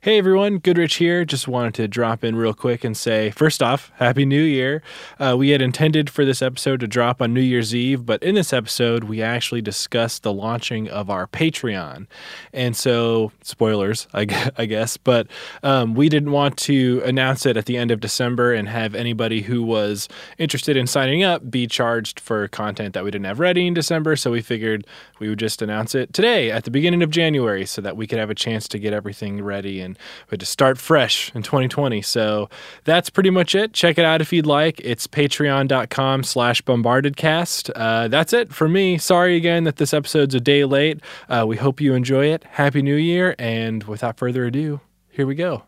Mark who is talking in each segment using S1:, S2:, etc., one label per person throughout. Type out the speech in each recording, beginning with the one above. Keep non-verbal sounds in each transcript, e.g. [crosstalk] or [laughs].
S1: Hey everyone, Goodrich here. Just wanted to drop in real quick and say, first off, Happy New Year. Uh, we had intended for this episode to drop on New Year's Eve, but in this episode, we actually discussed the launching of our Patreon. And so, spoilers, I, gu- [laughs] I guess, but um, we didn't want to announce it at the end of December and have anybody who was interested in signing up be charged for content that we didn't have ready in December. So we figured we would just announce it today at the beginning of January so that we could have a chance to get everything ready and we had to start fresh in 2020. So that's pretty much it. Check it out if you'd like. It's patreon.com slash bombardedcast. Uh, that's it for me. Sorry again that this episode's a day late. Uh, we hope you enjoy it. Happy New Year. And without further ado, here we go.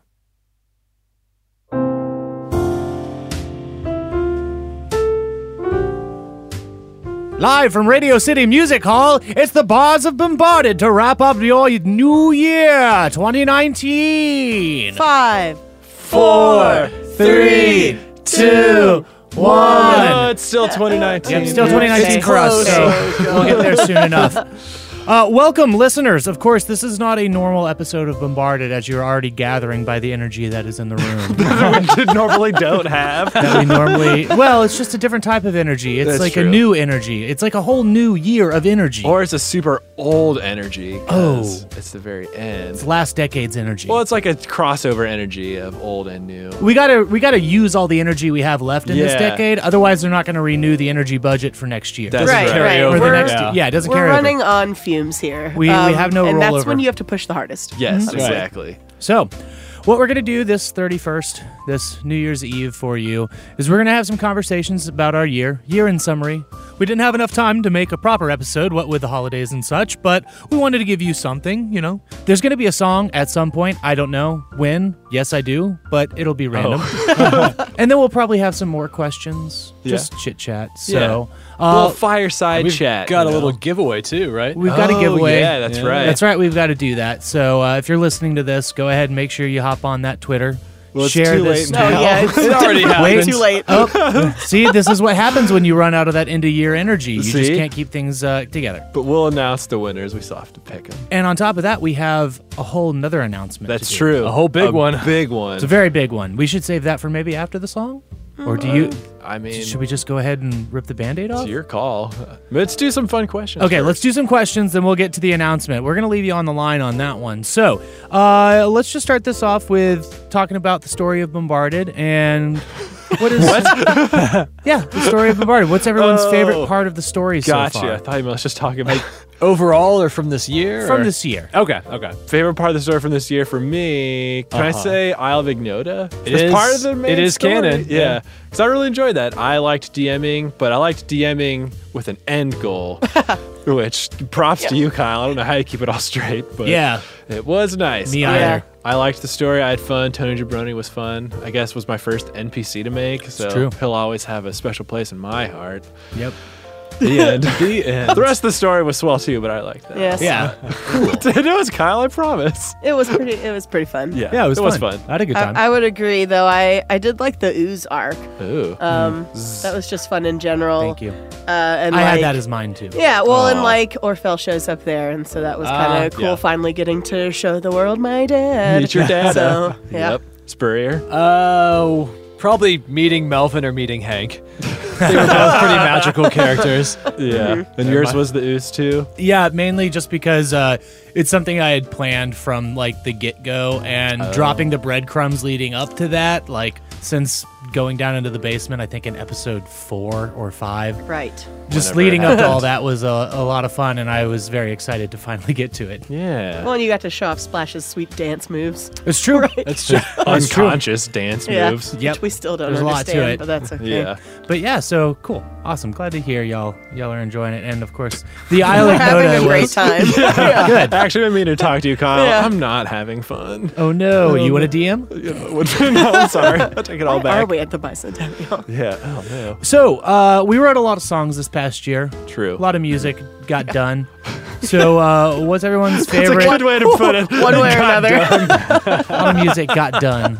S2: Live from Radio City Music Hall, it's the Bards of Bombarded to wrap up your new year, 2019.
S3: Five.
S2: Four, three, two,
S1: Oh, it's still 2019.
S2: Yep, still 2019 for us, so we'll get there soon enough. Uh, welcome, listeners. Of course, this is not a normal episode of Bombarded, as you're already gathering by the energy that is in the room.
S1: normally don't have.
S2: [laughs] that we normally, well, it's just a different type of energy. It's
S4: That's
S2: like a
S4: true.
S2: new energy. It's like a whole new year of energy.
S4: Or it's a super old energy. 'cause
S2: Oh.
S4: It's the very end.
S2: it's last decade's energy.
S4: Well, it's like a crossover energy of old and new.
S2: we gotta we gotta use all the energy we have left in this
S4: Yeah.
S2: decade. Otherwise, they're not gonna renew the energy budget for next year.
S4: That's
S3: Right,
S4: right.
S3: right.
S2: or the
S3: We're-
S2: next yeah. it doesn't
S3: We're
S2: carry
S3: running
S2: over.
S3: on fumes here. Um,
S2: We- we have no
S3: And that's
S2: rollover.
S3: when you have to push the hardest.
S4: Yes,
S1: Right.
S2: Mm-hmm.
S4: exactly.
S2: So, what we're gonna do this thirty first, this New Year's Eve for you, is we're gonna have some conversations about our year, year in summary. We didn't have enough time to make a proper episode, what with the holidays and such, but we wanted to give you something. You know, there's gonna be a song at some point. I don't know when. Yes, I do, but it'll
S4: Oh.
S2: be random.
S4: [laughs]
S2: and then we'll probably have some more questions,
S4: Yeah.
S2: just chit chat.
S4: Yeah.
S2: So.
S4: well,
S2: Uh,
S4: fireside
S5: We've
S4: chat.
S5: got
S4: you
S5: a little
S4: know.
S5: giveaway too, right?
S2: We've got a
S4: Oh,
S2: giveaway.
S4: Yeah, that's right.
S2: That's right. We've got to do that. So uh, if you're listening to this, go ahead and make sure you hop on that Twitter.
S1: Well, it's
S2: share
S1: too
S2: this.
S1: late
S3: Oh,
S1: now.
S4: [laughs]
S3: yeah. It's,
S4: already
S3: way
S4: happened.
S3: too late.
S2: [laughs] Oh, see, this is what happens when you run out of that end of year energy. You just
S4: See?
S2: can't keep things uh, together.
S4: But we'll announce the winners. We still have to pick them.
S2: And on top of that, we have a whole nother announcement.
S4: That's
S2: to do.
S4: true.
S5: A whole big one.
S4: Big one.
S2: It's a very big one. We should save that for maybe after the song, or do you?
S4: I mean,
S2: Should we just go ahead and rip the band-aid off?
S4: it's your call. Let's do some fun questions.
S2: Okay, let let's do some questions, then we'll get to the announcement. We're going to leave you on the line on that one. So uh, let's just start this off with talking about the story of Bombarded and what
S5: [laughs]
S2: is. [laughs] yeah, the story of Bombarded. What's everyone's
S5: Oh,
S2: favorite part of the story
S4: Gotcha.
S2: so
S4: I
S2: far?
S4: thought you were just talking
S2: [laughs]
S4: about
S5: Overall, or from this year?
S2: From
S5: or-
S2: this year.
S5: Okay. Okay.
S4: favorite part of the story from this year for me. Can I
S5: Uh-huh.
S4: say Isle of Ignota?
S5: It
S4: It's
S5: is-
S4: part of the main
S5: it is
S4: story.
S5: canon,
S4: Yeah,
S5: yeah.
S4: because I really enjoyed that. I liked DMing, but I liked DMing with an end
S2: [laughs]
S4: goal. Which props to you, Kyle. I don't know how you keep it all straight, but
S2: Yeah.
S4: it was nice.
S2: Me
S4: I-
S2: either.
S4: I liked the story. I had fun. Tony Jabroni was fun. I guess was my first NPC to make, so
S2: true.
S4: he'll always have a special place in my heart.
S2: Yep.
S4: [laughs] The end.
S5: The end.
S4: the rest of the story was swell too, but I liked that.
S3: Yes.
S2: Yeah.
S4: [laughs] it was Kyle. I promise.
S3: It was pretty. It was pretty fun.
S4: Yeah,
S2: Yeah, it was,
S4: was fun.
S2: I had a good time.
S3: I, I would agree, though. I I did like the ooze arc.
S4: Ooh.
S3: Um, that was just fun in general.
S2: Mm. Thank you.
S3: Uh, and
S2: I
S3: like,
S2: had that as mine too.
S3: yeah, well, and like Orfel shows up there, and so that was kind of
S5: Ah,
S3: cool.
S4: yeah.
S3: Finally getting to show the world my dad.
S4: Meet your dad.
S2: [laughs]
S3: So
S4: [laughs]
S3: yeah, Uh,
S4: Yep. Spurrier.
S5: Oh, probably meeting Melvin or meeting Hank. [laughs] they were both pretty magical characters.
S4: Yeah.
S3: mhm.
S4: And yours was the ooze too.
S2: Yeah, mainly just because uh, it's something I had planned from like the get go, and dropping the breadcrumbs leading up to that, like since going down into the basement, I think in episode four or five,
S3: right.
S4: Whenever
S2: just
S4: it
S2: leading up to all that was a, a lot of fun, and I was very excited to finally get to it.
S4: Yeah.
S3: Well, and you got to show off Splash's sweet dance moves,
S2: It's true.
S5: That's true.
S4: Unconscious dance
S3: Yeah.
S4: moves.
S2: Yep.
S3: which we still don't
S2: There's a lot to
S3: understand,
S2: it.
S3: but that's okay.
S4: Yeah.
S2: But yeah, so cool, awesome, glad to hear y'all y'all are enjoying it, and of course the Isle of
S3: We're having
S2: Noda
S3: a great
S2: was. [laughs]
S3: time.
S4: [laughs]
S2: Good.
S4: Actually, I mean to talk to you, Kyle.
S3: Yeah.
S4: I'm not having fun. [laughs]
S2: Oh no, you want to DM?
S4: no, I'm
S3: [laughs]
S4: sorry. I take it all
S3: Are
S4: back.
S3: we at the bicentennial?
S4: Yeah. Oh no.
S2: So uh, we wrote a lot of songs this past year.
S4: True.
S2: A lot of music got done. So uh, what's everyone's
S4: [laughs] That's a
S2: favorite?
S4: good way to put it. [laughs]
S3: One way or another.
S2: a lot of music got done.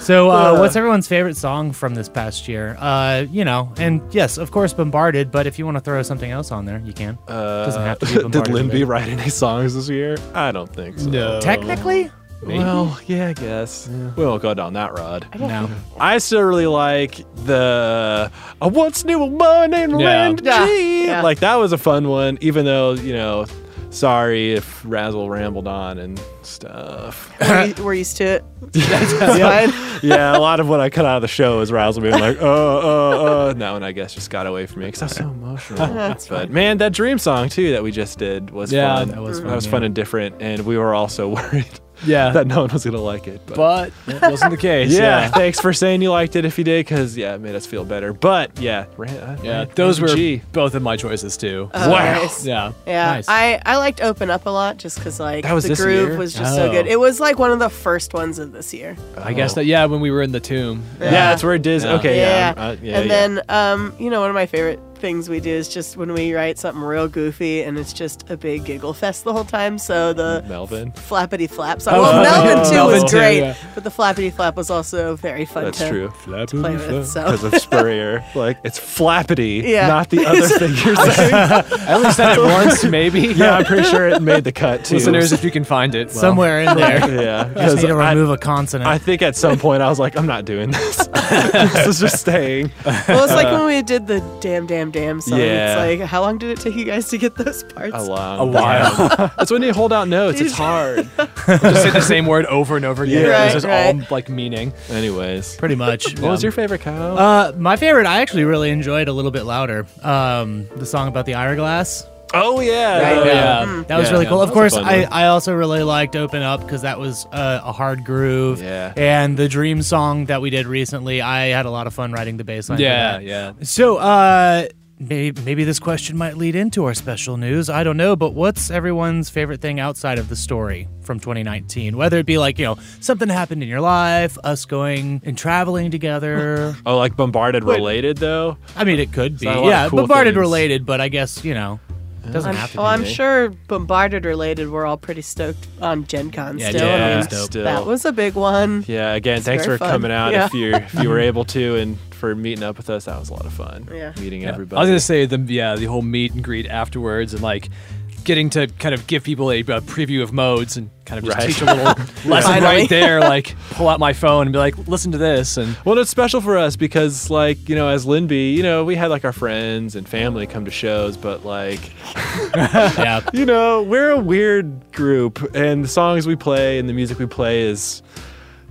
S2: So uh, what's everyone's favorite song from this past year? Uh, you know, and yes, of course, bombarded. But if you want to throw something else on there, you can.
S4: Uh,
S2: Doesn't have to
S4: [laughs]
S2: be
S4: Did
S2: bombarded.
S4: Limby
S2: with it.
S4: write any songs this year? I don't think so.
S5: No.
S2: Technically,
S4: Well, yeah, I guess. We won't go down that road.
S2: No.
S4: I still really like the uh, I once knew a man named
S5: Yeah.
S4: Randy.
S3: Yeah,
S4: G.
S3: yeah.
S4: Like that was a fun one, even though, you know, sorry if Razzle rambled on and stuff.
S3: We're,
S4: [laughs]
S3: u- we're used to it. It's fine.
S4: yeah, a lot of what I cut out of the show is Razzle being like, uh, uh, uh. That one, I guess, just got away from me because I was so emotional.
S3: That's
S4: but
S3: fine.
S4: man, that dream song, too, that we just did was
S5: Yeah,
S4: fun.
S5: that
S2: was
S4: That
S2: fun,
S4: was
S2: yeah.
S4: fun and different. And we were also [laughs] worried
S5: Yeah.
S4: that no one was going to like it. But,
S5: but it wasn't the case.
S4: yeah, thanks for saying you liked it if you did because, yeah, it made us feel better. But [laughs] yeah, ran, uh,
S5: Yeah.
S4: ran-
S5: Those were
S4: G.
S5: both of my choices too.
S3: Oh,
S4: Wow.
S3: nice.
S5: yeah.
S3: Yeah,
S2: Nice.
S3: I, I liked Open Up a lot just because like
S4: That was
S3: the
S4: this
S3: groove
S4: year?
S3: was just
S5: Oh.
S3: so good. It was like one of the first ones of this year.
S5: I guess that yeah, when we were in the tomb.
S4: Yeah, that's where it is.
S5: Oh. Yeah.
S4: Okay, yeah.
S3: yeah.
S4: uh, yeah, yeah.
S3: and then um, you know, one of my favorite things we do is just when we write something real goofy and it's just a big giggle fest the whole time. So the
S4: Melvin.
S3: flappity flap
S4: Oh,
S3: song. well, Melvin too
S5: Melvin
S3: was
S5: too,
S3: great,
S5: yeah.
S3: but the flappity flap was also very fun.
S4: That's
S3: to,
S4: true.
S3: play with, so.
S4: Because of Spurrier. like, it's flappity,
S3: Yeah.
S4: not the [laughs] other thing you're saying.
S5: At least that it once, maybe.
S4: yeah, I'm pretty sure it made the cut, too.
S5: Listeners, if you can find it. well,
S2: Somewhere in there.
S4: [laughs] Yeah.
S2: Just need
S4: 'cause
S2: to
S4: I-
S2: remove a consonant.
S4: I think at some point I was like, I'm not doing this. [laughs] this is just staying.
S3: Well, it's like
S4: [laughs]
S3: when we did the damn damn damn song.
S4: Yeah.
S3: It's like how long did it take you guys to get those parts?
S4: A long
S5: A while.
S4: time. That's when you hold out notes. It's hard.
S5: just say the same word over and over again.
S3: Yeah.
S5: It's just
S3: Right,
S5: all like meaning.
S4: Anyways.
S2: Pretty much.
S4: [laughs] What was your favorite cow?
S2: Uh, my favorite, I actually really enjoyed a little bit louder. Um, the song about the hourglass.
S4: oh, yeah.
S5: Oh, yeah.
S2: That was
S4: Yeah,
S2: really
S4: yeah,
S2: cool.
S4: that
S2: Of
S4: was
S2: course,
S4: a fun
S2: I,
S4: one.
S2: I also really liked Open Up because that was uh, a hard groove.
S4: Yeah.
S2: And the Dream song that we did recently, I had a lot of fun writing the bass line. for
S5: Yeah,
S2: that.
S5: yeah.
S2: So, uh, maybe, maybe this question might lead into our special news. I don't know, but what's everyone's favorite thing outside of the story from 2019? Whether it be like, you know, something happened in your life, us going and
S4: [laughs]
S2: traveling together.
S4: Oh, like bombarded related, though?
S2: I mean, it could be.
S4: not a lot of
S2: Yeah,
S4: cool
S2: bombarded
S4: things.
S2: related, but I guess, you know, it doesn't
S3: I'm,
S2: have to
S3: well,
S2: be. eh?
S3: I'm sure Bombarded related, we're all pretty stoked on Gen Con
S2: Yeah,
S3: still.
S2: Gen
S3: I
S2: Con
S3: mean,
S2: was dope.
S4: still.
S3: That was a big one.
S4: Yeah, again, thanks for
S3: very fun.
S4: coming out
S3: Yeah.
S4: if you if
S3: [laughs]
S4: you were able to and for meeting up with us. That was a lot of fun.
S3: Yeah.
S4: Meeting everybody.
S5: I was gonna say the yeah the whole meet and greet afterwards and like getting to kind of give people a, uh preview of modes and kind of just
S4: Right.
S5: teach a
S4: [laughs]
S5: little lesson
S3: Finally.
S5: right there. Like pull out my phone and be like, listen to this and
S4: Well, it's special for us because, like, you know, as Linby, you know, we had like our friends and family come to shows, but like,
S2: yeah.
S4: you know, we're a weird group, and the songs we play and the music we play is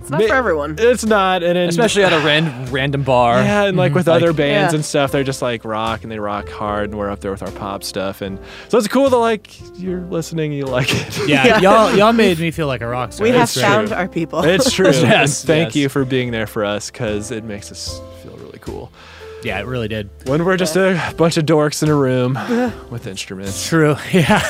S3: It's not for everyone.
S4: It's not, and, and
S5: especially at Mm-hmm. a ran- random bar.
S4: yeah, and like with other bands
S3: Yeah.
S4: and stuff, they're just like rock and they rock hard, and we're up there with our pop stuff, and so it's cool that like you're listening, and you like it.
S2: [laughs] Yeah,
S3: Yeah.
S2: y'all y'all made me feel like a rock star.
S3: we have
S2: That's right.
S3: found our
S4: [laughs]
S3: people.
S4: It's true.
S5: Yes,
S4: And Thank
S5: yes.
S4: you for being there for us because it makes us feel really cool.
S2: Yeah, it really did.
S4: When we're just a bunch of dorks in a [laughs] room with instruments,
S2: True. [laughs] Yeah.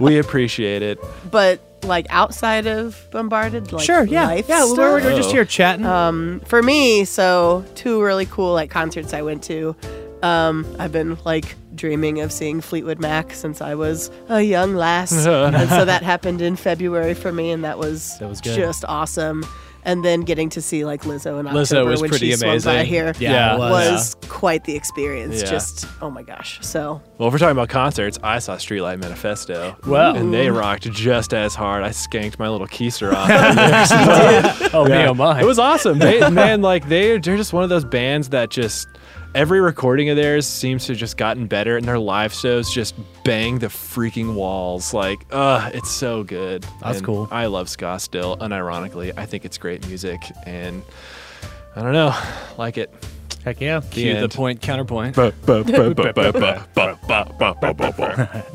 S4: we appreciate it.
S3: [laughs] but like outside of Bombarded, like
S2: sure. Yeah.
S3: life
S2: yeah.
S3: stuff.
S2: We're, we're just
S4: Oh.
S2: here chatting.
S3: um, for me, so two really cool like concerts I went to. Um, I've been like dreaming of seeing Fleetwood Mac since I was a young lass, and so that happened in February for me, and that was,
S2: That was good.
S3: just awesome. And then getting to see like Lizzo in October
S5: Lizzo was
S3: when
S5: pretty
S3: she swung by
S5: amazing.
S3: here
S2: Yeah, it was.
S3: was quite the experience.
S4: Yeah.
S3: Just oh my gosh! So
S4: Well, if we're talking about concerts, I saw Streetlight Manifesto.
S5: Wow.
S4: And they rocked just as hard. I skanked my little keister [laughs] off.
S5: Oh me,
S4: Yeah.
S5: oh my.
S4: It was awesome. They, [laughs] man, like they they're just one of those bands that just every recording of theirs seems to have just gotten better and their live shows just bang the freaking walls. Like, uh, it's so good.
S2: That's
S4: And
S2: cool.
S4: I love ska still, unironically. I think it's great music and I don't know. Like it.
S2: Heck yeah.
S5: Cue the
S4: end.
S5: point counterpoint.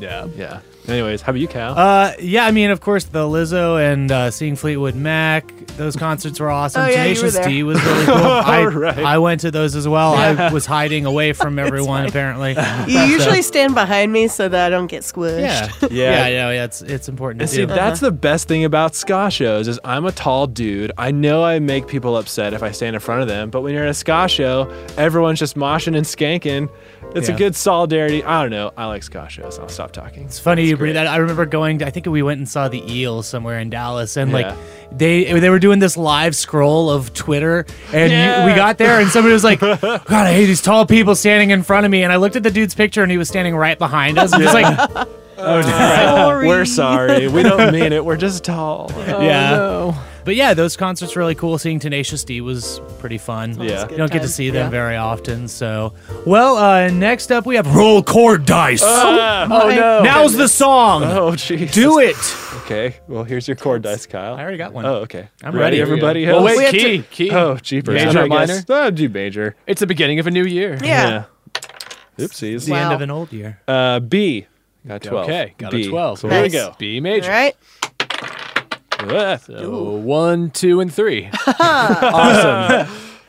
S5: yeah.
S4: [laughs] Yeah. Anyways, how about you, Cal?
S2: Uh, yeah, I mean, of course, the Lizzo and uh, seeing Fleetwood Mac, those concerts were awesome.
S3: Oh, yeah, you were
S2: Tenacious
S3: there.
S2: D was really
S3: [laughs]
S2: cool. I,
S4: Alright.
S2: I went to those as well. I was hiding away
S3: [laughs]
S2: from everyone, apparently. yeah,
S3: you usually stand behind me so that I don't get squished.
S2: yeah, yeah, yeah. It's it's important to
S4: And see,
S2: do.
S4: that's the best thing about ska shows is I'm a tall dude. I know I make people upset if I stand in front of them, but when you're at a ska show, everyone's just moshing and skanking. It's
S2: Yeah.
S4: a good solidarity. I don't know. I like ska shows. I'll stop talking.
S2: It's funny you bring
S4: great.
S2: that. I remember going. to- I think we went and saw the Eels somewhere in Dallas, and
S4: Yeah.
S2: like they they were doing this live scroll of Twitter, and you, we
S4: Yeah.
S2: got there, and somebody was
S4: [laughs]
S2: like, "God,
S3: [laughs]
S2: I hate these tall people standing in front of me." And I looked at the dude's picture, and he was standing right behind us. I'm just like,
S4: Oh,
S3: Sorry.
S4: We're sorry. We don't mean it. We're just tall. [laughs]
S3: Oh,
S2: yeah. But yeah, those concerts were really cool. Seeing Tenacious D was pretty fun.
S4: Yeah.
S2: You
S3: Good
S2: don't get to
S3: time.
S2: see them
S3: Yeah.
S2: very often. So, well, uh, next up we have Roll Chord Dice.
S4: oh no.
S2: Now's the song.
S4: [laughs] Oh jeez.
S2: Do it.
S4: Okay. Well, here's your chord dice, Kyle.
S2: I already got one.
S4: Oh, okay.
S2: I'm ready.
S4: everybody.
S6: Well,
S4: else?
S6: wait,
S3: have to-
S6: key, key.
S4: Oh, jeepers.
S6: Major
S4: I
S6: or minor?
S4: guess- Oh, do major.
S6: It's the beginning of a new year.
S3: Yeah.
S4: Oopsies.
S2: the end
S3: Wow.
S2: of an old year.
S4: Uh, B. Got 12.
S6: Okay, got
S4: B.
S6: a 12.
S4: So
S3: Nice.
S4: here we go.
S6: B
S3: All
S6: major.
S3: right.
S4: Ah,
S6: So one, two, and three.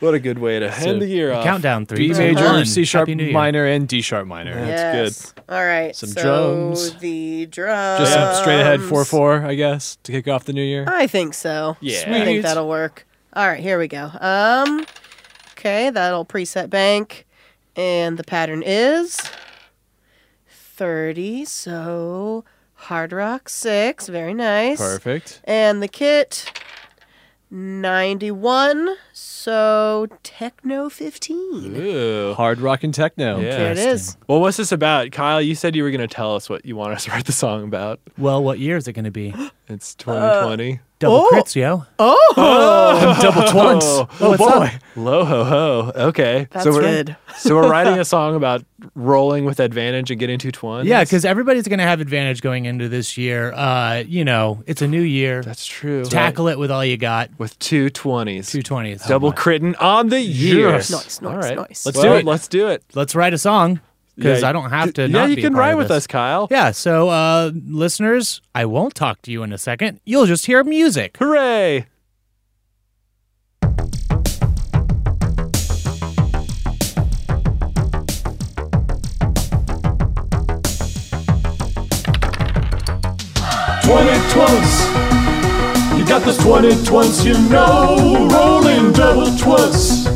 S4: What a good way to end the year off.
S2: Countdown three.
S6: B
S2: two,
S6: major,
S2: one.
S6: C sharp
S2: Happy New Year.
S6: minor, and D sharp minor.
S3: yes. good. All right.
S6: Some
S3: so
S6: drums.
S3: The drums.
S6: Just up straight ahead, 4 4, I guess, to kick off the new year.
S3: I think so.
S4: Yeah.
S3: I
S6: Sweet.
S3: think that'll work. All right, here we go. Um, okay, that'll preset bank, and the pattern is thirty. So hard rock six, very nice.
S6: Perfect.
S3: And the kit ninety-one. So techno fifteen.
S4: Ooh.
S6: Hard rock and techno.
S4: Yeah.
S3: There it is.
S4: Well, what's this about? Kyle, you said you were going to tell us what you want us to write the song about.
S2: Well, what year is it going to be?
S4: It's
S3: Uh,
S4: 2020.
S2: Double
S3: Oh.
S2: crits, yo.
S6: Double twins.
S2: Oh, it's up.
S4: Lo ho ho. Okay.
S3: That's
S4: so we're,
S3: good.
S4: so we're
S3: [laughs]
S4: writing a song about rolling with advantage and getting two twins.
S2: Yeah, because everybody's going to have advantage going into this year. Uh, you know, it's a new year.
S4: that's true.
S2: Tackle it with all you got.
S4: with two twenties.
S2: Two oh twenties.
S4: Double critting on the year.
S6: Yes.
S3: Nice,
S4: All
S3: nice,
S4: right.
S3: nice.
S4: Let's
S6: Well,
S4: do it. Let's do it.
S2: Let's write a song because
S4: Yeah,
S2: I don't have to.
S4: yeah,
S2: not
S4: you
S2: be a
S4: can
S2: part
S4: ride
S2: of
S4: with
S2: this.
S4: us, Kyle.
S2: Yeah, so uh, listeners, I won't talk to you in a second. You'll just hear music.
S4: Hooray!
S5: Twenty twins. You got those twenty twins, you know, rolling double twins.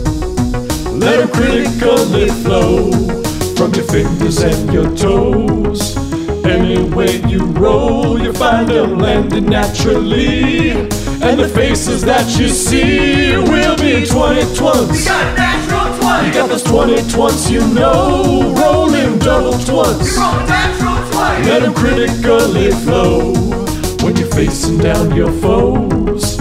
S5: Let 'em critically flow from your fingers and your toes. Any way you roll, you find them landing naturally. And the faces that you see will be twenty twins. You got natural twins. You got those twenty twins, you know, rolling double twins. Let 'em critically flow when you're facing down your foes.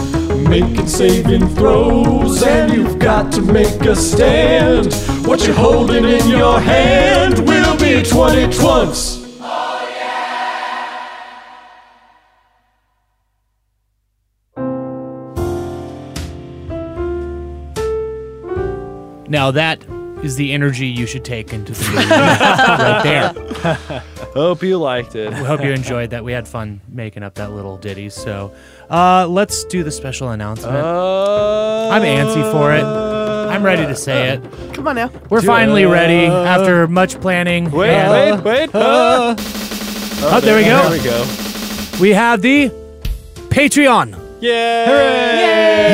S5: Making saving throws, and you've got to make a stand. What you're holding in your hand will be 20 twunts.
S2: Now that is the energy you should take into the new year. right there.
S4: Hope you
S6: [laughs]
S4: liked it.
S2: We
S4: [laughs]
S2: hope you enjoyed that. We had fun making up that little ditty. So uh, let's do the special announcement.
S6: Uh,
S2: I'm antsy for it. I'm ready to say it.
S3: Come on now.
S2: We're finally ready after much planning.
S4: Wait,
S2: and-
S4: wait, wait. Uh,
S2: Oh, there we
S4: There
S2: go.
S4: we go.
S2: We have the Patreon.
S4: Yay!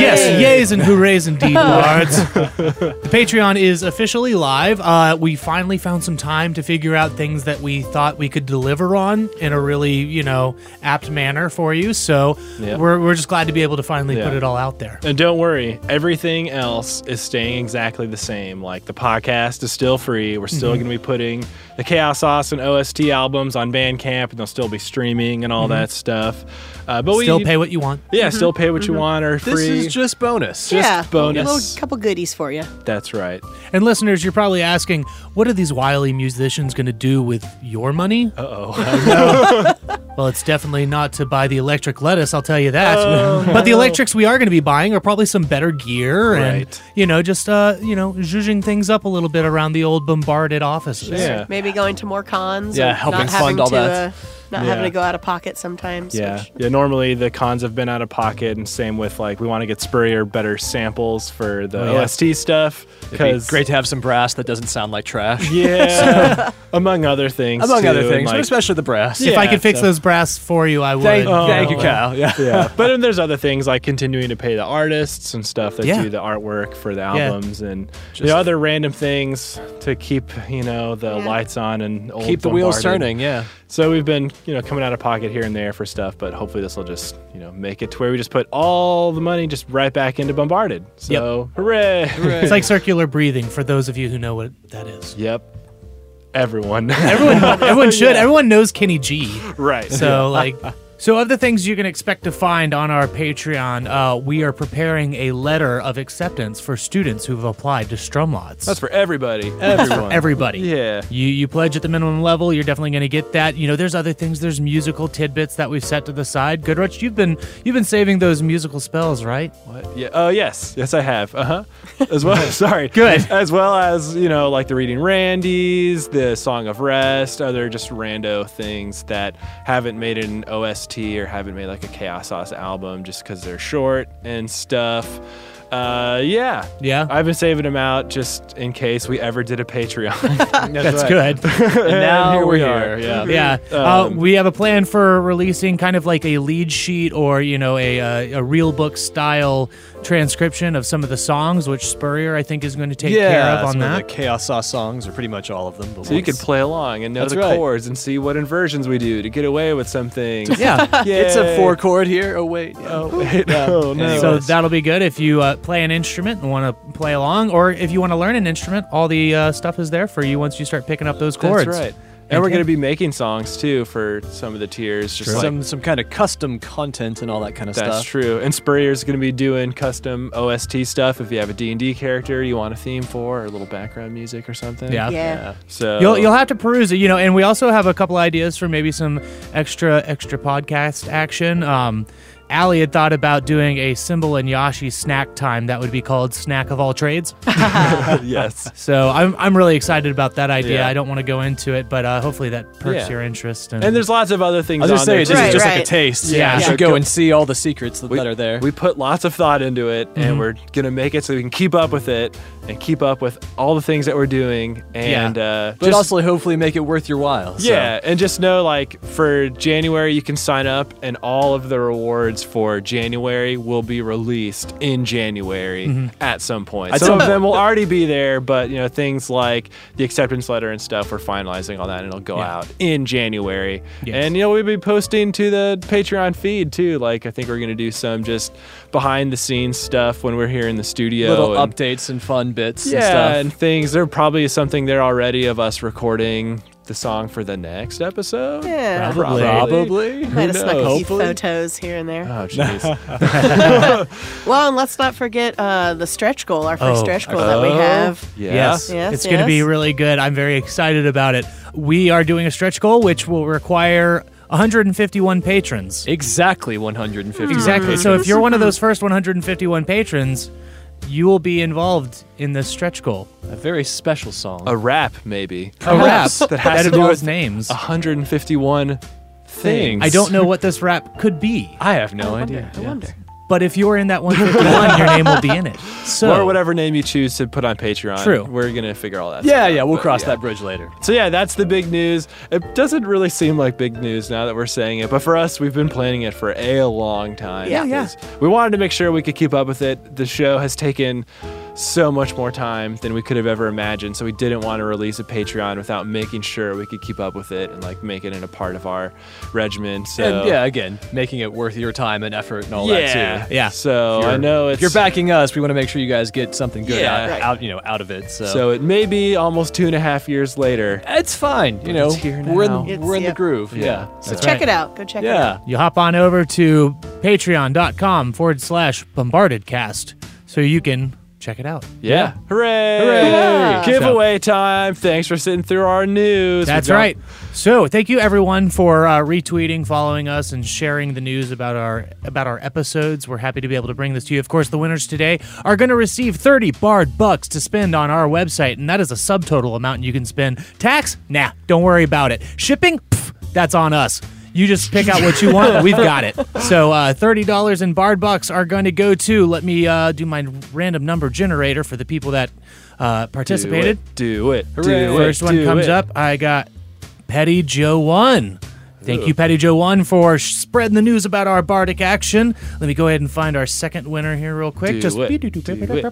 S2: Yes, yays and hoorays
S4: [laughs]
S2: indeed, Bards. the Patreon is officially live. Uh, we finally found some time to figure out things that we thought we could deliver on in a really, you know, apt manner for you. So
S4: Yeah.
S2: we're, we're just glad to be able to finally put
S4: Yeah.
S2: it all out there.
S4: And don't worry, everything else is staying exactly the same. Like the podcast is still free. We're
S2: Mm-hmm.
S4: still going to be putting the Chaos Sauce and OST albums on Bandcamp, and they'll still be streaming and all that stuff. Uh, but
S2: Mm-hmm. Still
S4: we
S2: pay what Mm-hmm. you want.
S4: Yeah, still pay what you want or
S6: This
S4: free.
S6: is just bonus.
S3: yeah.
S4: bonus.
S3: A little couple goodies for you.
S4: That's right.
S2: And listeners, you're probably asking, what are these wily musicians going to do with your money? Uh [laughs] oh. well, it's definitely not to buy the electric lettuce, I'll tell you that.
S4: Oh,
S2: but the electrics we are going to be buying are probably some better gear and,
S4: Right.
S2: you know, just, uh, you know, zhuzhing things up a little bit around the old bombarded offices.
S4: Yeah.
S3: Maybe going to more cons.
S6: Yeah,
S3: or
S6: helping
S3: not
S6: fund
S3: having
S6: all
S3: to,
S6: that.
S3: Uh, not
S4: Yeah.
S3: having to go out of pocket sometimes.
S4: Yeah.
S3: which-
S4: Yeah. Normally the cons have been out of pocket, and same with like we want to get Spurrier better samples for the
S2: Oh, yeah.
S4: OST stuff
S6: It'd
S4: because
S6: be great to have some brass that doesn't sound like trash.
S4: Yeah. among other things.
S6: Among
S4: too,
S6: other
S4: and,
S6: things, but
S4: like-
S6: especially the brass.
S2: If I
S4: Yeah,
S2: could fix
S4: so-
S2: those brass for you, I would.
S6: Thank,
S4: Oh.
S6: thank you, Kyle. Yeah.
S4: yeah. But then there's other things like continuing to pay the artists and stuff that
S2: Yeah.
S4: do the artwork for the albums and the other random things to keep, you know, the lights on and old
S6: Keep the wheels
S4: Bombarded.
S6: turning. Yeah.
S4: So we've been, you know, coming out of pocket here and there for stuff, but hopefully this will just, you know, make it to where we just put all the money just right back into Bombarded. So hooray. [laughs]
S2: It's like circular breathing for those of you who know what that is.
S4: yep.
S1: everyone.
S4: [laughs]
S2: Everyone, everyone should. Everyone knows Kenny G.
S1: right.
S2: So like, so of the things you can expect to find on our Patreon, uh, we are preparing a letter of acceptance for students who've applied to Strumlots.
S4: That's for everybody. Everyone.
S2: everybody.
S4: Yeah.
S2: You you pledge at the minimum level, you're definitely going to get that. You know, there's other things. There's musical tidbits that we've set to the side. Goodrich, you've been you've been saving those musical spells, right?
S4: What? Yeah. Oh, yes. Yes, I have. Uh
S5: [laughs]
S4: huh. As well. [laughs] sorry.
S2: Good.
S4: As well as you know, like the reading Randy's, the Song of Rest, other just rando things that haven't made an OST or haven't made like a Chaos Sauce album just because they're short and stuff. Uh, yeah.
S2: Yeah.
S4: I've been saving them out just in case we ever did a Patreon. [laughs]
S2: That's good.
S4: And
S5: now
S4: here we
S5: we're
S4: are.
S5: here.
S4: Yeah. Um,
S2: Yeah, uh, we have a plan for releasing kind of like a lead sheet or you know a uh, a real book style transcription of some of the songs, which Spurrier I think is going to take care of on
S5: some
S2: that.
S5: the Chaos Sauce songs, or pretty much all of them. But
S4: So you could play along and know
S5: That's
S4: the
S5: right.
S4: chords and see what inversions we do to get away with some things.
S2: yeah.
S4: [laughs]
S5: It's a
S4: Yay.
S5: four chord here. Oh wait.
S4: Oh, wait, no, no.
S2: So that'll be good if you uh, play an instrument and want to play along, or if you want to learn an instrument, all the uh, stuff is there for you once you start picking up those chords.
S4: That's right. And we're
S2: Okay.
S4: going to be making songs too for some of the tiers. Just like,
S5: some some kind of custom content and all that kind of
S4: that's
S5: stuff.
S4: true. And Spurrier's going to be doing custom OST stuff if you have a D&D character you want a theme for or a little background music or something.
S2: Yeah.
S3: Yeah.
S4: So [laughs]
S2: You'll, you'll have to peruse it, you know, and we also have a couple ideas for maybe some extra extra podcast action. Um, Allie had thought about doing a Symbol and Yashi snack time that would be called Snack of All Trades.
S4: [laughs] yes.
S2: So I'm, I'm really excited about that idea.
S4: Yeah.
S2: I don't want to go into it, but uh, hopefully that perks
S4: Yeah.
S2: your interest.
S4: And there's lots of other things
S5: I was just
S4: on there
S5: saying, this
S4: too.
S5: is
S3: Right,
S5: just like
S3: right.
S5: a taste.
S2: Yeah.
S5: you
S2: Yeah.
S5: should go and see all the secrets that,
S4: We-
S5: that are there. Mm-hmm.
S4: We put lots of thought into it, and we're gonna make it so we can keep up with it and keep up with all the things that we're doing. And uh,
S5: but
S4: just-
S5: also hopefully make it worth your while. so.
S4: yeah, and just know like for January you can sign up, and all of the rewards for January will be released in January at some point.
S5: Mm-hmm. I
S4: some
S5: don't-
S4: of them will already be there, but you know things like the acceptance letter and stuff we're finalizing all that, and it'll go out in January.
S2: Yes.
S4: And you know we'll be posting to the Patreon feed too. Like I think we're gonna do some just behind the scenes stuff when we're here in the studio.
S5: Little
S4: and-
S5: updates and fun bits
S4: yeah,
S5: and stuff.
S4: and things. There probably is something there already of us recording the song for the next episode.
S3: Yeah.
S2: Probably.
S5: Probably.
S3: Might have snuck a few
S5: Hopefully.
S3: photos here and
S4: [laughs]
S3: there.
S4: Oh jeez.
S3: Well, and let's not forget uh, the stretch goal, our first
S2: Oh.
S3: stretch goal that we have.
S4: yeah.
S2: Yes.
S3: Yes,
S2: It's going to be
S3: yes.
S2: really good. I'm very excited about it. We are doing a stretch goal, which will require 151 patrons.
S5: Exactly 150.
S2: Exactly. So if you're one of
S4: Mm-hmm.
S2: those first 151 patrons, you will be involved in this stretch goal.
S5: A very special song.
S4: A rap maybe.
S2: A rap
S4: Perhaps. That has to do
S2: involves
S4: with
S2: names.
S4: 151 things.
S2: I don't know what this rap could be,
S5: I have no
S3: I wonder.
S5: idea.
S3: I
S5: yeah.
S3: wonder.
S2: but if you're in that 151, your name will
S4: [laughs]
S2: be in it. So
S4: Or whatever name you choose to put on Patreon.
S2: True.
S4: We're gonna figure all that.
S5: Yeah,
S4: stuff
S5: yeah,
S4: out,
S5: we'll
S4: but
S5: cross
S4: yeah.
S5: that bridge later.
S4: So yeah, that's the big news. It doesn't really seem like big news now that we're saying it, but for us, we've been planning it for a long time.
S3: Yeah,
S2: yeah.
S4: 'cause We wanted to make sure we could keep up with it. The show has taken so much more time than we could have ever imagined, so we didn't want to release a Patreon without making sure we could keep up with it and like make it in a part of our regimen. So
S5: And yeah, again, making it worth your time and effort and all
S4: yeah,
S5: that too.
S2: Yeah.
S4: So
S5: You're-
S4: I know it's
S5: If you're backing us, we want to make sure you guys get something good
S4: Yeah,
S5: out,
S4: right.
S5: out, you know, out of it. So,
S4: So it may be almost two and a half years later.
S5: it's fine. You know,
S4: it's here
S5: we're in
S4: now.
S5: the,
S3: It's-
S5: we're in the
S3: yep.
S5: groove. Yeah.
S3: So check it out. Go check it out.
S5: Yeah.
S2: you hop on over to patreon.com forward slash bombardedcast so you can check it out.
S4: Yeah. Hooray.
S3: Hooray.
S4: Giveaway time. Thanks for sitting through our news.
S2: That's
S4: We've got-
S2: right. So, thank you everyone for uh, retweeting, following us, and sharing the news about our about our episodes. We're happy to be able to bring this to you. Of course, the winners today are going to receive thirty barred bucks to spend on our website, and that is a subtotal amount you can spend. Tax? Nah, don't worry about it. Shipping? Pff, that's on us. You just pick out what you want. We've
S4: [laughs]
S2: got it. So uh, thirty dollars in barred bucks are going to go to. Let me uh, do my random number generator for the people that uh,
S4: Do
S2: participated.
S4: it. Do it.
S2: Dude,
S4: Do
S2: First
S4: it.
S2: one
S4: Do
S2: comes
S4: it.
S2: up. I got Petty Joe One. Thank you, Petty Joe One, for sh- spreading the news about our bardic action. Let me go ahead and find our second winner here real quick.
S4: Do
S2: Just
S4: it.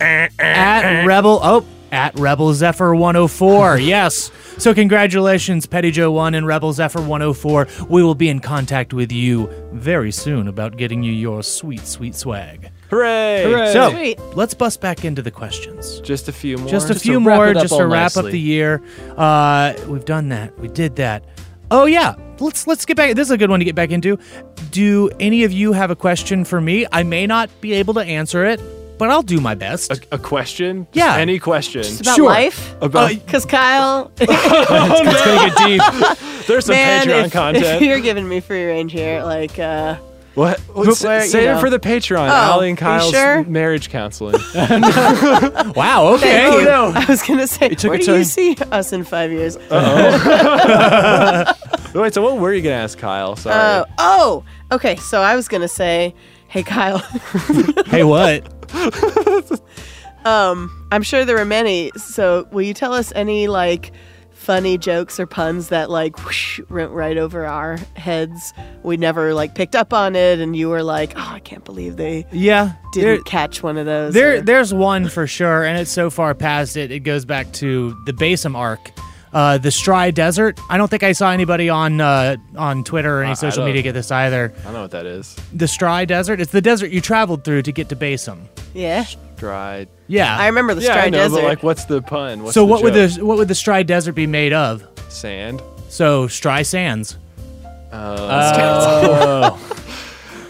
S2: at Rebel. Oh. At Rebel
S4: [laughs]
S2: Zephyr 104. yes. So, congratulations, Petty Joe 1 and Rebel Zephyr 104. We will be in contact with you very soon about getting you your sweet, sweet swag.
S4: Hooray!
S5: Hooray.
S2: So
S3: Sweet.
S2: let's bust back into the questions.
S4: Just a few more.
S2: Just a
S5: Just to
S2: few
S5: wrap
S2: more,
S5: it up
S2: just to
S5: all
S2: wrap up
S5: nicely.
S2: the year. Uh, we've done that. We did that. Oh yeah, let's let's get back. This is a good one to get back into. Do any of you have a question for me? I may not be able to answer it, but I'll do my best.
S4: a, a question? Just
S2: Yeah.
S4: Any question?
S3: It's about
S2: Sure.
S3: life.
S4: About-
S3: because Kyle,
S4: it's gonna get deep. [laughs] There's some
S3: man,
S4: Patreon
S3: if, if
S4: content.
S3: [laughs] you're giving me free range here, like, uh,
S4: what?
S3: But
S4: Let's
S3: where-
S4: sa-
S3: you
S4: save
S3: know.
S4: it for the Patreon.
S3: Oh,
S4: Allie and
S3: are you
S4: Kyle's
S3: sure?
S4: marriage counseling.
S3: [laughs]
S2: wow. Okay. oh,
S3: thank you. [laughs] I was gonna say,
S4: took
S3: where
S4: a
S3: do you
S4: turn.
S3: see us in five years?
S4: Wait, so what were you gonna ask Kyle? Sorry.
S3: Uh, oh, okay. So I was gonna say, hey Kyle,
S2: [laughs] Hey, what?
S3: I'm sure there were many. So will you tell us any like funny jokes or puns that like whoosh, went right over our heads? We never like picked up on it, and you were like, oh, I can't believe they
S2: Yeah.
S3: didn't
S2: there-
S3: catch one of those.
S2: There,
S3: or-
S2: there's one for sure, and it's so far past it. It goes back to the Basim arc, uh, the Stry Desert. I don't think I saw anybody on uh, on Twitter or any
S4: I
S2: social
S4: don't-
S2: media get this either.
S4: I don't know what that is.
S2: The Stry Desert. It's the desert you traveled through to get to Basim.
S3: yeah.
S4: Dried.
S2: Yeah.
S3: I remember the
S4: yeah,
S3: Stry
S4: I know,
S3: Desert.
S4: but like, what's the pun? What's
S2: so
S4: the
S2: what would
S4: joke?
S2: the what would the Stry Desert be made of?
S4: sand?
S2: So Stry Sands. [laughs]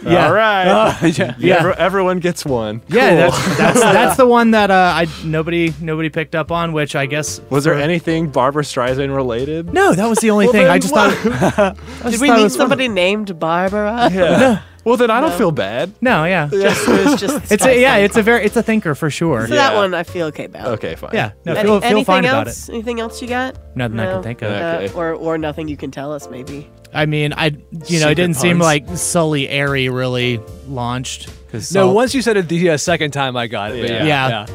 S4: Yeah. Oh. All right.
S5: yeah.
S4: yeah. Every- everyone gets one.
S2: Yeah,
S4: [laughs]
S2: that's, that's that's the one that uh, I nobody nobody picked up on, which I guess
S4: Was there anything Barbara Streisand related?
S2: no, that was the only
S4: Well,
S2: thing. I
S4: then
S2: just
S4: what-
S2: thought. I just
S3: Did we
S2: thought it
S3: meet
S2: was funny.
S3: somebody named Barbara?
S4: [laughs] Yeah. Well, then I don't feel bad.
S2: No, yeah.
S3: [laughs] Just, it was just
S2: It's a, yeah, it's a very it's a thinker for sure.
S3: So that
S4: Yeah.
S3: one I feel okay about.
S4: Okay, fine.
S2: Yeah, no,
S3: Any-
S2: feel, feel
S3: anything
S2: fine
S3: else?
S2: about it.
S3: Anything else you got?
S2: Nothing I can think of.
S4: Okay.
S3: Uh, or or nothing you can tell us maybe.
S2: [laughs] I mean, I you know, it
S4: Secret
S2: didn't seem
S4: puns.
S2: like Sully Airy really launched. 'cause
S5: No,
S2: Sul-
S5: once you said it the uh, second time, I got it. but
S4: Yeah.
S5: Yeah.
S2: Yeah.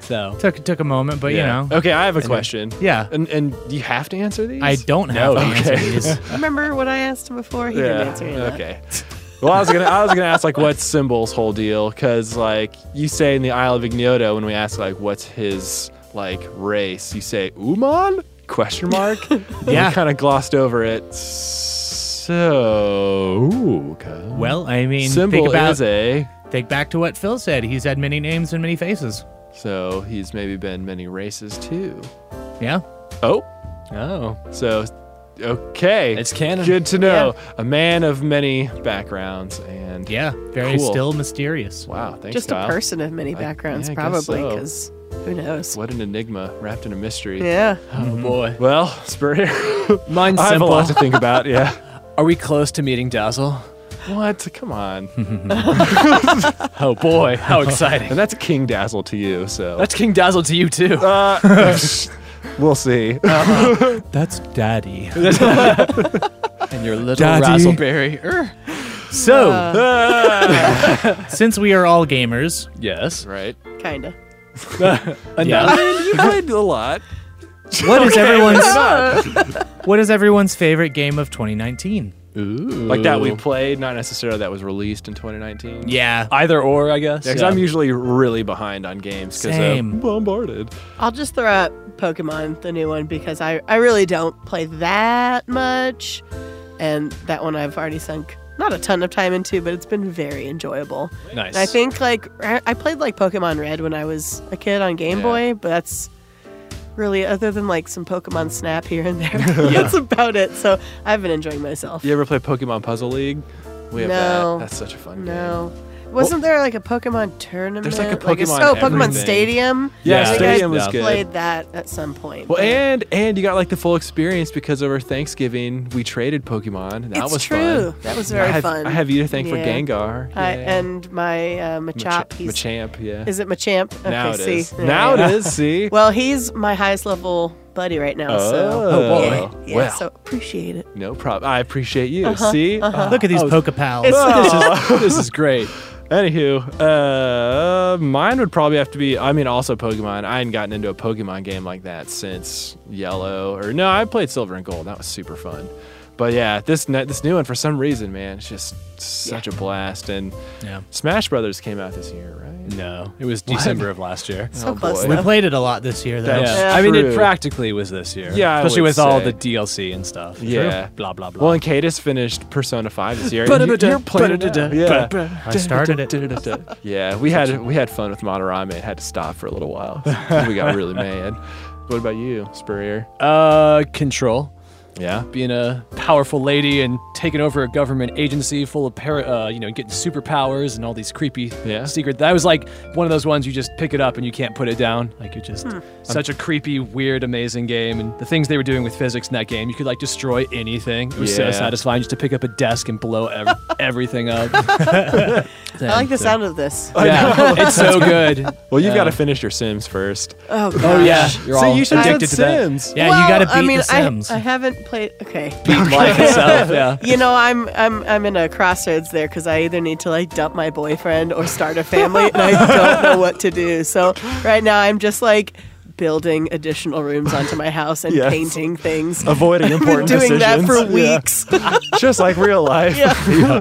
S5: So
S2: took took a moment, but
S4: Yeah.
S2: you know,
S4: Okay, I have a question.
S2: yeah.
S4: And and you have to answer these?
S2: I don't have
S4: No,
S2: an answer to
S4: okay.
S2: these.
S4: [laughs]
S3: Remember what I asked him before? He didn't answer any of that.
S4: Okay. Well, I was gonna I was gonna ask like what's Symbol's whole deal because like you say in the Isle of Ignoto when we ask like what's his like race you say Uman question mark
S3: [laughs]
S2: Yeah.
S4: kind of glossed over it so ooh, okay.
S2: Well, I mean,
S4: Symbol
S2: think about
S4: is a
S2: think back to what Phil said. He's had many names and many faces.
S4: so he's maybe been many races too
S2: Yeah.
S4: oh
S5: oh,
S4: so okay
S5: it's canon.
S4: good to know a man of many backgrounds and
S2: Yeah, very
S4: Cool.
S2: still mysterious.
S4: wow thanks
S3: Just
S4: Kyle.
S3: a person of many backgrounds,
S4: yeah, I guess
S3: probably,
S4: so.
S3: because who knows?
S4: What an enigma wrapped in a mystery. [laughs]
S3: Yeah.
S5: Oh boy,
S4: Well, Spur [laughs] here.
S5: mine's
S4: I have a
S5: simple. [laughs]
S4: lot to think about, yeah.
S5: Are we close to meeting Dazzle?
S4: What? Come on.
S5: Oh boy, [laughs] how exciting!
S4: And that's King Dazzle to you, so.
S5: That's King Dazzle to you too.
S4: uh, we'll see. [laughs]
S2: That's daddy.
S5: and your little
S2: Daddy.
S5: razzleberry. Er.
S2: So,
S4: Ah,
S2: since we are all
S4: [laughs]
S2: gamers,
S5: Yes.
S4: right.
S3: Kinda.
S5: Enough. [laughs]
S4: You played a lot.
S2: what is everyone's [laughs] what is everyone's favorite game of 2019?
S4: Like that we played, not necessarily that was released in 2019.
S2: Yeah.
S5: Either or, I guess.
S4: Because I'm usually really behind on games because
S2: Same.
S4: I'm bombarded.
S3: I'll just throw out Pokemon, the new one, because I, I really don't play that much. And that one I've already sunk not a ton of time into, but it's been very enjoyable.
S5: nice.
S3: And I think like I I played like Pokemon Red when I was a kid on Game
S4: Yeah.
S3: Boy, but that's really other than like some Pokemon Snap here
S4: [laughs]
S3: and there. [laughs] that's about it. So I've been enjoying myself.
S4: You ever play Pokemon Puzzle League? We have
S3: No.
S4: that. That's such a fun game.
S3: No. Wasn't there like a Pokemon tournament?
S4: There's, like, a
S3: it's-
S4: Pokemon
S3: oh, Pokemon
S4: everything.
S3: Stadium.
S4: Yeah,
S5: Yeah.
S3: I think
S4: Stadium
S3: I
S4: was good.
S3: played that at some point.
S4: Well,
S3: but
S4: and and you got like the full experience because over Thanksgiving we traded Pokemon. And that
S3: it's
S4: was
S3: true.
S4: fun.
S3: That was very
S4: I have,
S3: fun.
S4: I have you to thank for
S3: Yeah.
S4: Gengar.
S3: I,
S4: Yeah.
S3: and my uh,
S4: Macha-
S3: Machop. he's,
S4: Machamp, yeah.
S3: Is it Machamp? Okay,
S4: now it
S3: see.
S4: is.
S3: Yeah,
S4: Now
S3: yeah.
S4: it is. See.
S3: Well, he's my highest level buddy right now. so
S4: Oh, boy.
S3: yeah, yeah,
S4: Well.
S3: so appreciate it.
S4: no problem. I appreciate you.
S3: Uh-huh,
S4: See.
S2: Look at these
S4: Oh,
S2: Poke Pals.
S5: this, is, this is [laughs] great.
S4: Anywho, uh, mine would probably have to be. I mean, also Pokemon. I hadn't gotten into a Pokemon game like that since Yellow, or no, I played Silver and Gold. That was super fun. But yeah, this ne- this new one for some reason, man, it's just such a blast. And
S5: Yeah.
S4: Smash Brothers came out this year, right?
S5: No, it was December of last year.
S3: So close.
S4: boy.
S2: We
S3: though.
S2: played it a lot this year, though.
S4: That's
S5: Yeah. I mean, it
S4: true.
S5: practically was this year.
S4: Yeah, I
S5: especially
S4: would
S5: with all
S4: say.
S5: the DLC and stuff.
S4: Yeah.
S5: blah blah blah.
S4: Well, and Cadis finished Persona 5 this year. and you- you're playing it now. Yeah.
S2: I
S4: [laughs]
S2: started it.
S4: yeah, we had we had fun with Madarame. It had to stop for a little [laughs] while. we got really mad. What about you, Spurrier?
S5: uh, control.
S4: Yeah.
S5: being a powerful lady and taking over a government agency full of para, uh, you know getting superpowers and all these creepy
S4: Yeah.
S5: secret that was like one of those ones you just pick it up and you can't put it down like it
S3: Hmm.
S5: just such a creepy weird amazing game and the things they were doing with physics in that game you could like destroy anything it was
S4: Yeah.
S5: so satisfying just to pick up a desk and
S3: [laughs]
S5: blow ev- everything up
S3: I like the sound of this.
S5: yeah [laughs] it's so good
S4: [laughs] Well, you've
S5: Yeah.
S4: got to finish your Sims first.
S3: Oh, gosh.
S5: oh yeah you're all addicted to that
S4: Sims.
S2: Yeah,
S3: Well,
S2: you got to beat
S3: I mean,
S2: the Sims.
S3: I, I haven't played. Okay.
S4: [laughs]
S5: life [laughs] itself oh, yeah
S3: You know, I'm I'm I'm in a crossroads there because I either need to like dump my boyfriend or start a family, and I
S4: [laughs]
S3: don't know what to do. So right now, I'm just like building additional rooms onto my house
S4: [laughs]
S3: and
S4: Yes.
S3: painting things.
S4: Avoiding
S3: Been
S4: important
S3: doing that
S4: decisions.
S3: for
S4: Yeah.
S3: weeks.
S4: Just like real
S5: [laughs]
S4: life.
S3: Yeah.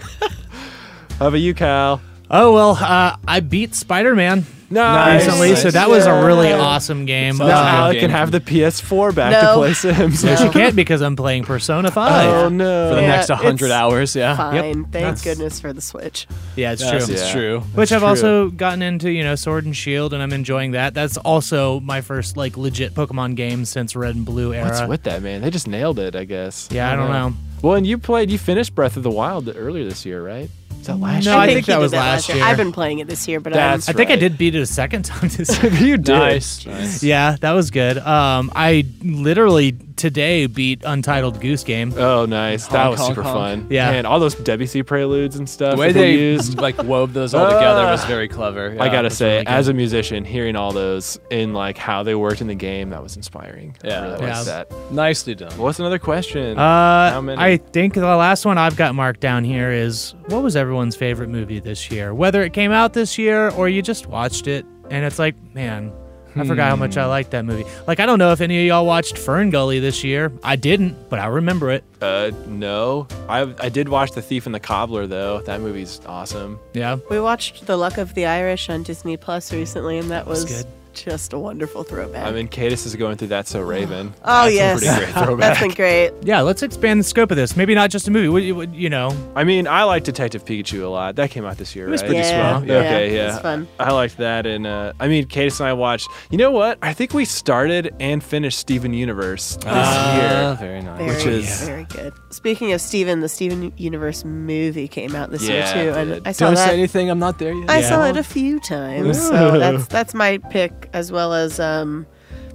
S4: [laughs] How about you, Cal?
S2: oh well, uh, I beat Spider Man
S4: Nice.
S2: recently, so that was a really awesome game.
S4: Now
S2: Uh,
S4: Alec
S5: game
S4: can
S5: for
S4: have the PS4 back to
S3: No.
S4: play Sims. [laughs]
S2: But you can't because I'm playing Persona Five.
S4: Oh no.
S5: for the
S3: [laughs] Yeah,
S5: next 100
S3: it's
S5: hours yeah
S3: Fine. Thank goodness for the Switch.
S2: yeah, it's
S5: Yes,
S2: true.
S5: it's
S4: Yeah.
S5: true
S2: Which I've
S4: true.
S2: also gotten into, you know, Sword and Shield, and I'm enjoying that. That's also my first like legit Pokemon game since Red and Blue era.
S4: What's with that, man? They just nailed it, I guess.
S2: Yeah, I don't know.
S4: Well, and you played, you finished Breath of the Wild earlier this year,
S2: [laughs]
S4: right? Is that last
S2: No, I
S4: year?
S2: think that
S3: he did
S2: was last year.
S3: I've been playing it this year, but um,
S4: That's
S2: I
S3: I'm,
S2: think I
S4: right.
S2: did beat it a second [laughs] time this year.
S4: you did.
S5: nice, nice.
S2: yeah, that was good. Um, I literally today beat Untitled Goose Game.
S4: Oh, nice. that
S5: Honk,
S4: was
S5: honk,
S4: super
S5: honk.
S4: fun.
S2: Yeah.
S4: And all those Debussy preludes and stuff
S5: the
S4: that
S5: way
S4: they,
S5: they
S4: used.
S5: [laughs] like wove those all together
S4: Ah.
S5: was very clever.
S4: I
S5: Yeah,
S4: gotta
S5: it was
S4: say,
S5: really good.
S4: as a musician, hearing all those in like how they worked in the game, that was inspiring. I
S5: Yeah.
S4: really
S2: Yeah.
S4: liked that.
S5: nicely done.
S4: What's another question?
S2: Uh,
S4: How many?
S2: I think the last one I've got marked down here is what was everyone's favorite movie this year? Whether it came out this year or you just watched it, and it's like, man, I forgot how
S4: Hmm.
S2: much I liked that movie. Like, I don't know if any of y'all watched Fern Gully this year. I didn't, but I remember it.
S4: uh, no. I I did watch The Thief and the Cobbler though. That movie's awesome.
S2: Yeah.
S3: we watched The Luck of the Irish on Disney Plus recently, and that was,
S2: good.
S3: just a wonderful throwback.
S4: I mean, Cadis is going through that so
S2: [gasps]
S4: Raven.
S3: oh
S4: That's a
S3: yes,
S4: pretty
S2: [laughs]
S4: great throwback.
S3: [laughs] that's been great.
S2: Yeah, let's expand the scope of this. Maybe not just a movie. What- what- You know,
S4: I mean, I like Detective Pikachu a lot. That came out this year, it
S2: was
S4: right?
S2: pretty
S3: yeah,
S2: swell.
S3: Yeah,
S4: Okay, yeah.
S3: It's fun.
S4: I liked that, and uh, I mean, Cadis and I watched. You know what? I think we started and finished Steven Universe this
S2: Ah.
S4: year.
S5: very nice.
S3: Very,
S4: Which is-
S3: very good. Speaking of Steven, the Steven Universe movie came out this
S4: Yeah,
S3: year
S4: it
S3: too, and
S4: did.
S3: I saw
S5: Don't
S3: that.
S5: say anything. I'm not there yet.
S3: I saw it a few times,
S2: [laughs]
S3: so that's that's my pick, as well as um,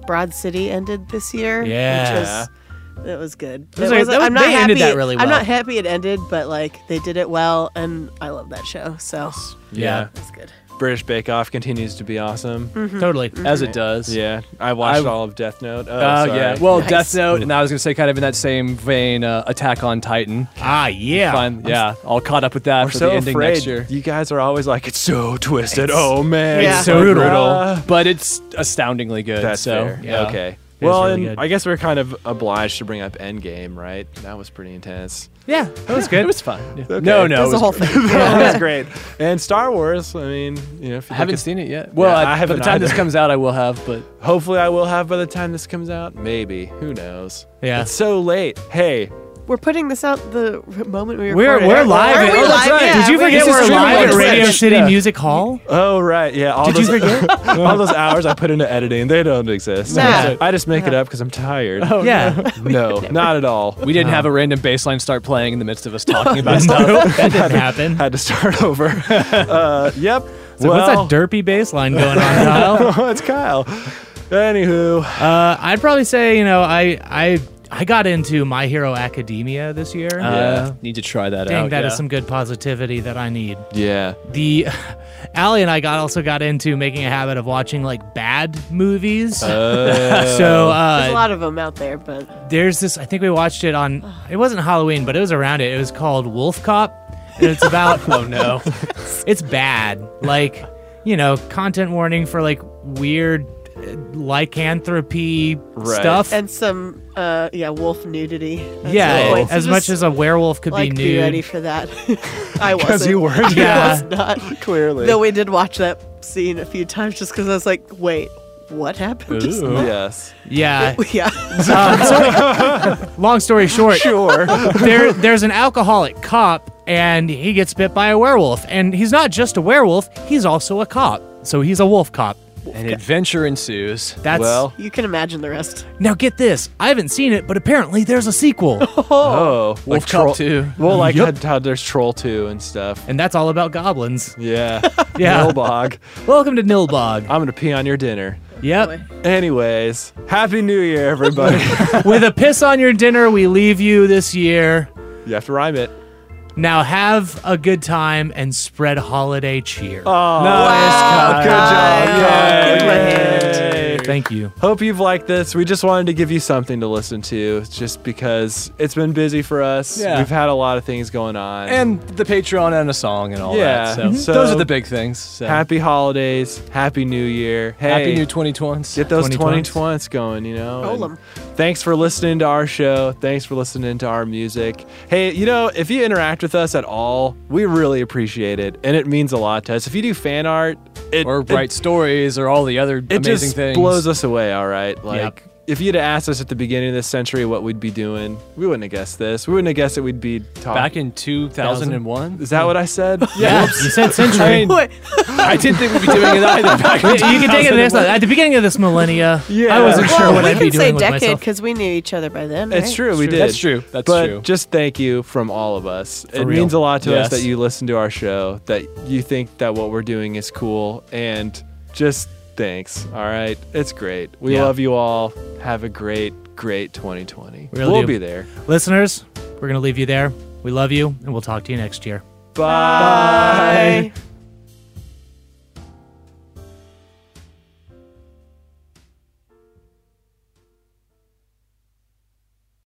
S3: Broad City ended this year.
S2: Yeah.
S3: which was, that was good.
S2: was
S3: It
S2: like-
S3: was-
S2: that was-
S3: I'm not
S2: they
S3: happy.
S2: ended that really
S3: I'm
S2: well.
S3: not happy it ended, but like they did it well, and I love that show. So
S4: Yeah.
S3: that's good.
S4: British Bake Off continues to be awesome.
S2: totally.
S5: As it does.
S4: Yeah, I watched
S5: I've-
S4: all of Death Note. Oh,
S5: Oh yeah.
S4: sorry.
S5: Well,
S3: Nice.
S5: Death Note, and I was gonna say kind of in that same vein, uh, Attack on Titan.
S2: Ah, yeah.
S5: Fun. Yeah. All caught up with that
S4: we're
S5: for
S4: so
S5: the ending
S4: afraid.
S5: next year.
S4: You guys are always like, it's so twisted. oh man,
S3: Yeah.
S4: it's
S2: So
S4: so
S2: brutal.
S4: brutal. Ah.
S5: But it's astoundingly good.
S4: That's
S5: so
S4: fair.
S5: Yeah.
S4: Okay.
S2: It is
S4: Well,
S2: really
S4: and
S2: good.
S4: I guess we're kind of obliged to bring up Endgame, right? That was pretty intense.
S2: Yeah, that was good.
S5: [laughs] It was fun. Yeah. No, no. it
S3: That's the
S5: was
S3: whole
S5: great.
S3: thing. [laughs]
S4: that was great. And Star Wars. I mean, you know, if you
S5: I
S4: look
S5: haven't
S4: at-
S5: seen it yet. Well,
S4: I
S5: I, by
S4: haven't
S5: the time this
S4: either.
S5: comes out, I will have. But
S4: Hopefully, I will have by the time this comes out. Maybe. Who knows?
S2: Yeah.
S4: It's so late. Hey,
S3: We're putting this out the moment we
S2: We're,
S3: recorded.
S2: we're
S3: Are we
S2: live. at- oh,
S3: live? Yeah,
S2: Did you
S3: we-
S2: forget
S5: This is
S2: we're
S5: true.
S2: live at
S5: Like
S2: Radio
S5: this.
S2: City
S5: Yeah.
S2: Music Hall?
S4: Oh right, yeah. All
S2: Did you
S4: those, [laughs] all those hours I put into editing, they don't exist.
S3: Nah.
S4: I just make it up because I'm tired. Oh,
S2: yeah.
S3: [laughs]
S4: no, not at all.
S5: we didn't have a random bass line start playing in the midst of us [laughs] talking about
S2: [laughs]
S5: stuff.
S2: that didn't happen.
S4: Had to start [laughs] over. uh, yep.
S2: So
S4: well,
S2: what's that derpy bass line
S5: [laughs]
S2: going on,
S4: [laughs]
S2: Kyle?
S4: it's Kyle. Anywho,
S2: Uh, I'd probably say, you know, I I I got into My Hero Academia this yeyear.
S5: Uh, need to try that
S2: Dang,
S5: out.
S2: that is
S5: yeah.
S2: some good positivity that I need.
S4: yeah,
S2: The [laughs] Allie and I got also got into making a habit of watching like bad
S5: Oh.
S2: [laughs] movies. uh, so
S3: There's
S2: uh,
S3: a lot of them out there, but
S2: there's this. I think we watched it on. It wasn't Halloween, but it was around it. It was called Wolf Cop, and it's about. [laughs] oh no, it's bad. Like you know, content warning for like weird uh, lycanthropy stuff.
S3: and some uh yeah wolf nudity. At
S2: yeah,
S3: some point. So
S2: as
S3: just,
S2: much as a werewolf could
S3: like
S2: be
S3: be
S2: nude.
S3: ready for that. [laughs]
S2: [laughs]
S3: I wasn't. Because
S4: you weren't.
S2: Yeah.
S3: [laughs] I was not.
S4: Clearly.
S3: Though we did watch that scene a few times just because I was like, wait, what happened? just now?
S4: Yes.
S2: [laughs] Yeah.
S3: [laughs] yeah.
S2: Long
S3: [laughs]
S2: story short,
S4: [laughs]
S2: sure. there, there's an alcoholic cop, and he gets bit by a werewolf. And he's not just a werewolf; he's also a cop. So he's a wolf cop.
S5: An adventure ensues.
S2: That's
S4: Well,
S3: You can imagine the
S2: [laughs]
S3: rest.
S2: now get this. I haven't seen it, but apparently there's a sequel,
S4: [laughs] oh,
S5: Wolf Cop 2.
S4: Well, like
S2: Yep.
S4: how, how there's Troll Two and stuff.
S2: and that's all about goblins.
S4: [laughs] Yeah.
S2: Yeah.
S4: Nilbog.
S2: Welcome
S4: [laughs]
S2: to Nilbog.
S4: I'm gonna pee on your dinner.
S2: Yep.
S4: Oh, Anyways, Happy New Year, [laughs] everybody.
S2: [laughs] With a piss on your dinner, we leave you this year.
S4: you have to rhyme it.
S2: Now have a good time and spread holiday cheer.
S4: Oh,
S3: Wow,
S4: good job.
S3: Kyle. Good
S4: Yay.
S2: Thank you.
S4: Hope you've liked this. We just wanted to give you something to listen to just because it's been busy for us.
S5: Yeah.
S4: We've had a lot of things going on.
S5: And the Patreon and a song and all
S4: Yeah,
S5: that. So.
S4: mhm.
S5: those
S4: so-
S5: are the big things. So.
S4: happy holidays, happy new year. Hey,
S5: Happy New 2020s.
S4: get those
S2: 2020s.
S4: 2020s going, you know?
S3: Roll
S4: and
S3: 'em.
S4: Thanks for listening to our show. Thanks for listening to our music. Hey, you know, if you interact with us at all, we really appreciate it. And it means a lot to us. If you do fan art, it,
S5: or
S4: it-
S5: write stories or all the other
S4: it
S5: amazing
S4: just
S5: things.
S4: blows us away. All right, like
S2: Yep.
S4: if you'd have asked us at the beginning of this century what we'd be doing, we wouldn't have guessed this. We wouldn't have guessed that we'd be talking.
S5: Back
S4: [laughs]
S5: in 2001?
S4: Is that what I
S5: [laughs]
S4: said?
S2: Yeah. You
S4: [laughs]
S2: said century.
S3: Wait,
S5: I didn't think [laughs] we'd be doing it either. Back in
S2: you can take it the next one. At the beginning of this millennia, I wasn't
S4: Well,
S2: sure
S3: well,
S2: what
S3: we
S2: I'd be
S3: can say
S2: doing with
S3: decade
S2: myself.
S3: because we knew each other by then.
S4: It's
S3: right?
S4: true, we did.
S5: That's true. That's
S4: but
S5: true.
S4: just thank you from all of us. it
S2: real.
S4: means a lot to
S5: Yes.
S4: us that you listen to our show, that you think that what we're doing is cool, and just thanks. All right, it's great. We
S2: Yeah.
S4: love you all. Have a great, great 2020.
S2: Really
S4: we'll
S2: do.
S4: be there.
S2: Listeners, we're going to leave you there. We love you, and we'll talk to you next year.
S4: Bye.
S3: Bye.